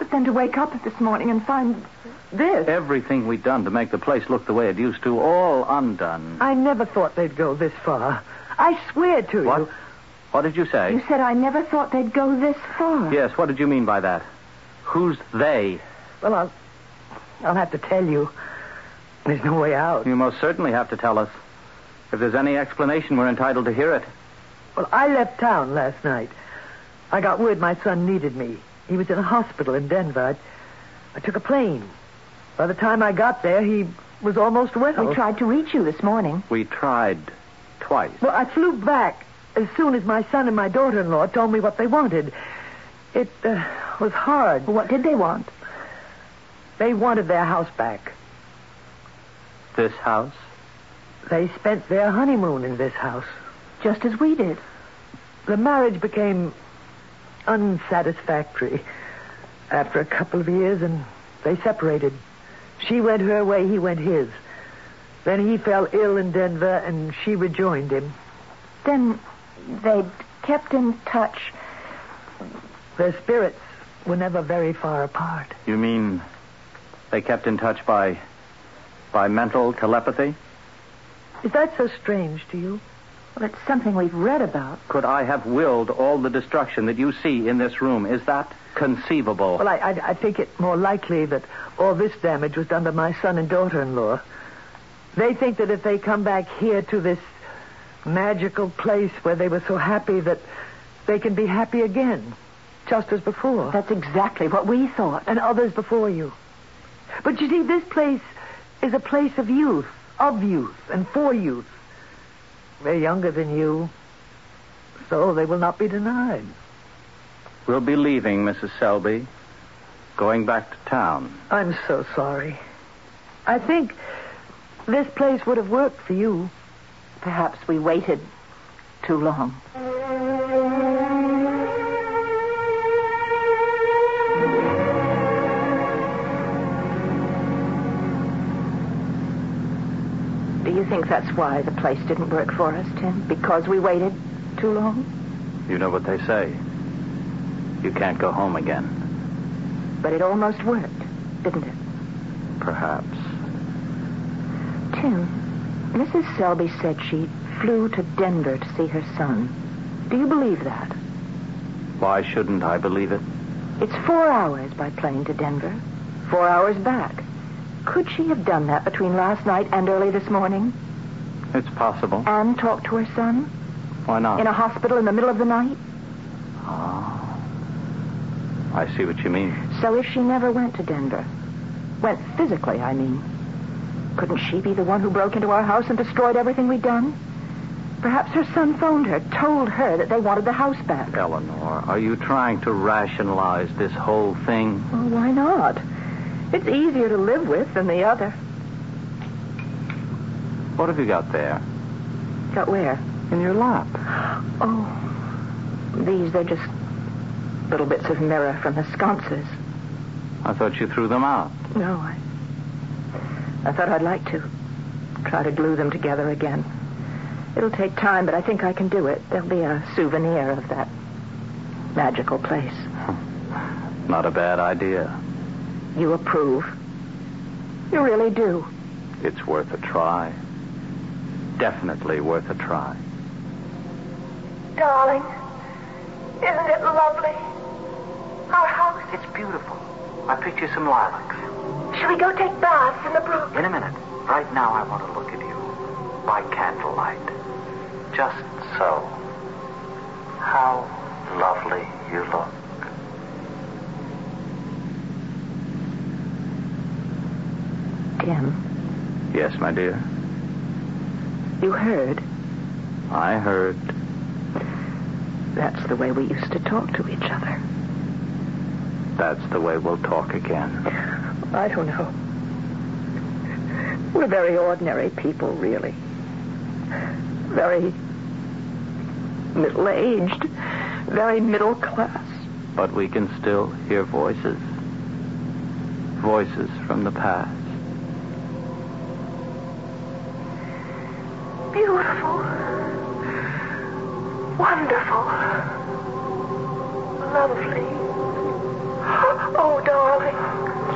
[SPEAKER 12] But then to wake up this morning and find this.
[SPEAKER 5] Everything we'd done to make the place look the way it used to, all undone.
[SPEAKER 4] I never thought they'd go this far. I swear to
[SPEAKER 5] What?
[SPEAKER 4] you.
[SPEAKER 5] What did you say?
[SPEAKER 3] You said I never thought they'd go this far.
[SPEAKER 5] Yes, what did you mean by that? Who's they?
[SPEAKER 4] Well, I'll, I'll have to tell you. There's no way out.
[SPEAKER 5] You most certainly have to tell us. If there's any explanation, we're entitled to hear it.
[SPEAKER 4] Well, I left town last night. I got word my son needed me. He was in a hospital in Denver. I, I took a plane. By the time I got there, he was almost well.
[SPEAKER 3] We tried to reach you this morning.
[SPEAKER 5] We tried twice.
[SPEAKER 4] Well, I flew back as soon as my son and my daughter-in-law told me what they wanted. It uh, was hard.
[SPEAKER 3] What did they want?
[SPEAKER 4] They wanted their house back.
[SPEAKER 5] This house?
[SPEAKER 4] They spent their honeymoon in this house.
[SPEAKER 3] Just as we did.
[SPEAKER 4] The marriage became unsatisfactory after a couple of years, and they separated. She went her way, he went his. Then he fell ill in Denver, and she rejoined him.
[SPEAKER 3] Then they'd kept in touch.
[SPEAKER 4] Their spirits were never very far apart.
[SPEAKER 5] You mean they kept in touch by by mental telepathy?
[SPEAKER 4] Is that so strange to you?
[SPEAKER 3] Well, it's something we've read about.
[SPEAKER 5] Could I have willed all the destruction that you see in this room? Is that conceivable?
[SPEAKER 4] Well, I, I, I think it more likely that all this damage was done by my son and daughter-in-law. They think that if they come back here to this magical place where they were so happy, that they can be happy again, just as before.
[SPEAKER 3] That's exactly what we thought.
[SPEAKER 4] And others before you. But you see, this place is a place of youth, of youth, and for youth. They're younger than you, so they will not be denied.
[SPEAKER 5] We'll be leaving, Mrs. Selby. Going back to town.
[SPEAKER 4] I'm so sorry. I think this place would have worked for you.
[SPEAKER 3] Perhaps we waited too long. Do you think that's why the place didn't work for us, Tim? Because we waited too long?
[SPEAKER 5] You know what they say. You can't go home again.
[SPEAKER 3] But it almost worked, didn't it?
[SPEAKER 5] Perhaps.
[SPEAKER 3] Tim, Mrs. Selby said she flew to Denver to see her son. Do you believe that?
[SPEAKER 5] Why shouldn't I believe it?
[SPEAKER 3] It's four hours by plane to Denver, four hours back. Could she have done that between last night and early this morning?
[SPEAKER 5] It's possible.
[SPEAKER 3] And talked to her son?
[SPEAKER 5] Why not?
[SPEAKER 3] In a hospital in the middle of the night?
[SPEAKER 5] Ah. I see what you mean.
[SPEAKER 3] So if she never went to Denver, went physically, I mean, couldn't she be the one who broke into our house and destroyed everything we'd done? Perhaps her son phoned her, told her that they wanted the house back.
[SPEAKER 5] Eleanor, are you trying to rationalize this whole thing?
[SPEAKER 3] Well, why not? It's easier to live with than the other.
[SPEAKER 5] What have you got there?
[SPEAKER 3] Got where?
[SPEAKER 5] In your lap.
[SPEAKER 3] Oh, these, they're just little bits of mirror from the sconces.
[SPEAKER 5] I thought you threw them out.
[SPEAKER 3] No, I. I thought I'd like to. Try to glue them together again. It'll take time, but I think I can do it. There'll be a souvenir of that magical place.
[SPEAKER 5] Not a bad idea.
[SPEAKER 3] You approve. You really do.
[SPEAKER 5] It's worth a try. Definitely worth a try.
[SPEAKER 6] Darling, isn't it lovely? Our house.
[SPEAKER 5] It's beautiful. I picked you some lilacs.
[SPEAKER 6] Shall we go take baths in the brook?
[SPEAKER 5] In a minute. Right now, I want to look at you by candlelight. Just so. How lovely you look.
[SPEAKER 3] Tim,
[SPEAKER 5] Yes, my dear.
[SPEAKER 3] you heard.
[SPEAKER 5] I heard.
[SPEAKER 3] That's the way we used to talk to each other.
[SPEAKER 5] That's the way we'll talk again.
[SPEAKER 3] I don't know. We're very ordinary people, really. Very middle aged, very middle class.
[SPEAKER 5] But we can still hear voices. voices from the past.
[SPEAKER 6] Beautiful. Wonderful. Lovely. Oh, darling.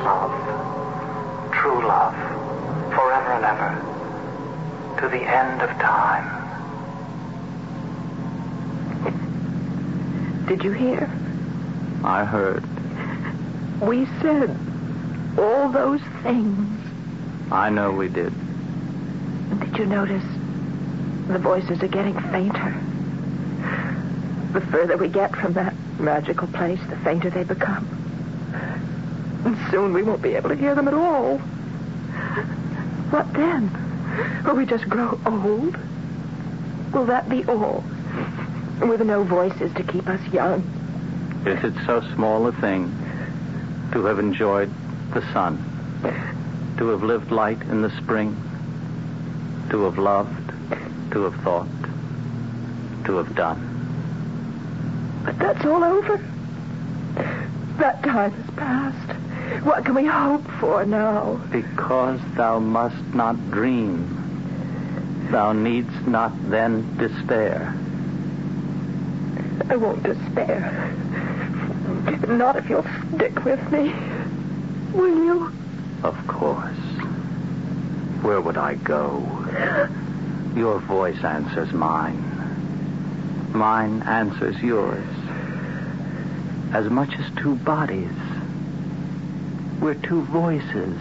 [SPEAKER 13] Love. True love. Forever and ever. To the end of time.
[SPEAKER 4] Did you hear?
[SPEAKER 5] I heard.
[SPEAKER 4] We said all those things.
[SPEAKER 5] I know we did.
[SPEAKER 4] Did you notice the voices are getting fainter? The further we get from that magical place, the fainter they become. And soon we won't be able to hear them at all. What then? Will we just grow old? Will that be all? With no voices to keep us young.
[SPEAKER 5] Is it so small a thing to have enjoyed the sun, to have lived light in the spring, to have loved, to have thought, to have done?
[SPEAKER 4] But that's all over. That time has passed. What can we hope for now?
[SPEAKER 5] Because thou must not dream, thou needst not then despair.
[SPEAKER 4] I won't despair. Not if you'll stick with me. Will you?
[SPEAKER 5] Of course. Where would I go? Your voice answers mine. Mine answers yours. As much as two bodies. We're two voices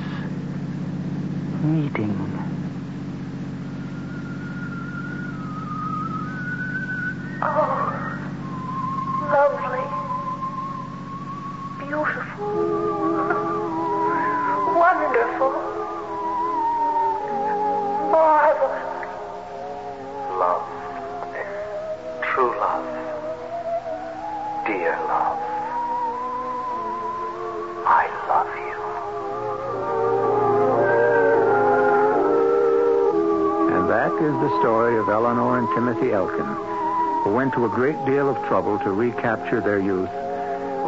[SPEAKER 5] meeting.
[SPEAKER 6] Lovely. Beautiful. Wonderful. Marvelous.
[SPEAKER 13] Love. True love. Dear love. I love you.
[SPEAKER 2] And that is the story of Eleanor and Timothy Elkin, who went to a great deal of trouble to recapture their youth,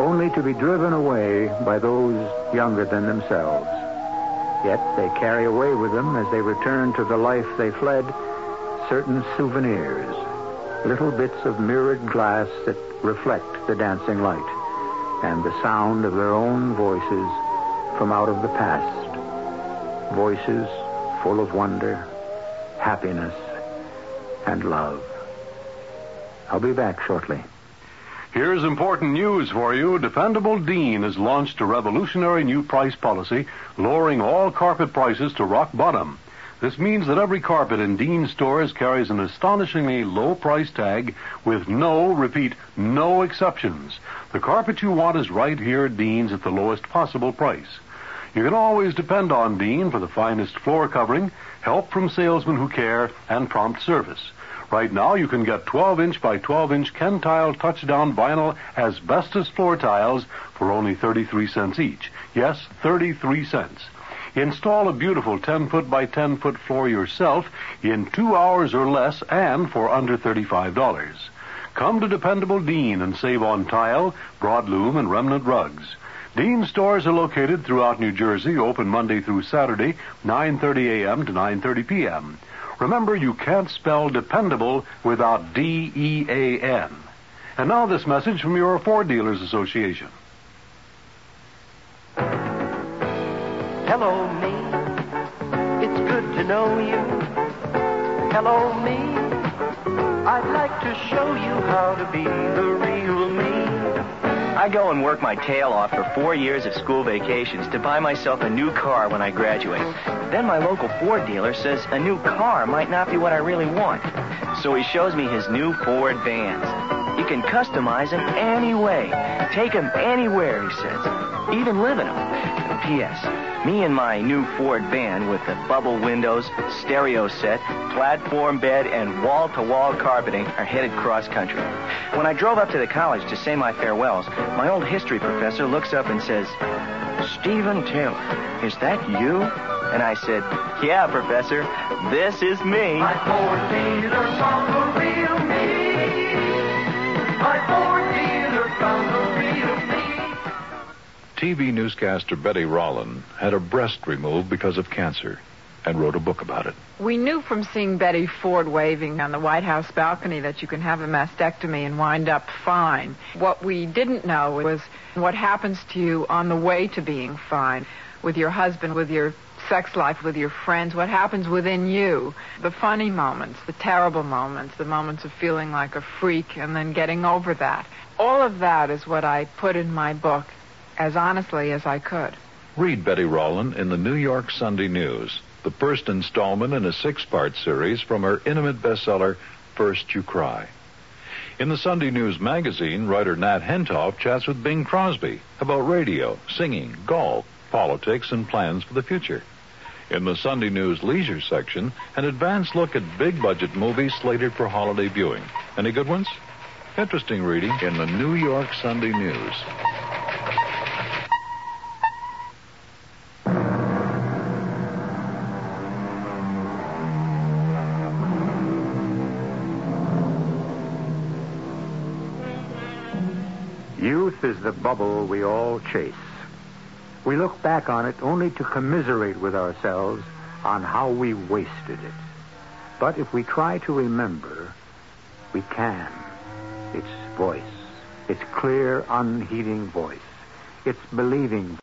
[SPEAKER 2] only to be driven away by those younger than themselves. Yet they carry away with them, as they return to the life they fled, certain souvenirs, little bits of mirrored glass that reflect the dancing light and the sound of their own voices from out of the past. Voices full of wonder, happiness, and love. I'll be back shortly.
[SPEAKER 14] Here's important news for you. Dependable Dean has launched a revolutionary new price policy, lowering all carpet prices to rock bottom. This means that every carpet in Dean stores carries an astonishingly low price tag with no, repeat, no exceptions. The carpet you want is right here at Dean's at the lowest possible price. You can always depend on Dean for the finest floor covering, help from salesmen who care, and prompt service. Right now, you can get 12 inch by 12 inch Ken Tile Touchdown Vinyl Asbestos Floor Tiles for only 33 cents each. Yes, 33 cents. Install a beautiful 10 foot by 10 foot floor yourself in two hours or less and for under $35. Come to Dependable Dean and save on tile, broadloom, and remnant rugs. Dean stores are located throughout New Jersey, open Monday through Saturday, 9:30 a.m. to 9:30 p.m. Remember, you can't spell dependable without D E A N. And now this message from your Ford Dealers Association.
[SPEAKER 15] Hello, me. It's good to know you. Hello, me. I'd like to show you how to be the real me.
[SPEAKER 10] I go and work my tail off for four years of school vacations to buy myself a new car when I graduate. Then my local Ford dealer says a new car might not be what I really want. So he shows me his new Ford vans. You can customize them any way. Take them anywhere, he says. Even live in them. And P.S. Me and my new Ford van with the bubble windows, stereo set, platform bed, and wall-to-wall carpeting are headed cross-country. When I drove up to the college to say my farewells, my old history professor looks up and says, Stephen Taylor, is that you? And I said, Yeah, professor, this is me.
[SPEAKER 15] My Ford dealer found the real me. My Ford dealer found the real me.
[SPEAKER 16] TV newscaster Betty Rollin had her breast removed because of cancer and wrote a book about it.
[SPEAKER 17] We knew from seeing Betty Ford waving on the White House balcony that you can have a mastectomy and wind up fine. What we didn't know was what happens to you on the way to being fine with your husband, with your sex life, with your friends, what happens within you. The funny moments, the terrible moments, the moments of feeling like a freak and then getting over that. All of that is what I put in my book as honestly as I could.
[SPEAKER 16] Read Betty Rollin in the New York Sunday News, the first installment in a six part series from her intimate bestseller, First You Cry. In the Sunday News magazine, writer Nat Hentoff chats with Bing Crosby about radio, singing, golf, politics, and plans for the future. In the Sunday News Leisure section, an advanced look at big budget movies slated for holiday viewing. Any good ones? Interesting reading in the New York Sunday News.
[SPEAKER 2] Youth is the bubble we all chase. We look back on it only to commiserate with ourselves on how we wasted it. But if we try to remember, we can. Its voice, its clear, unheeding voice, its believing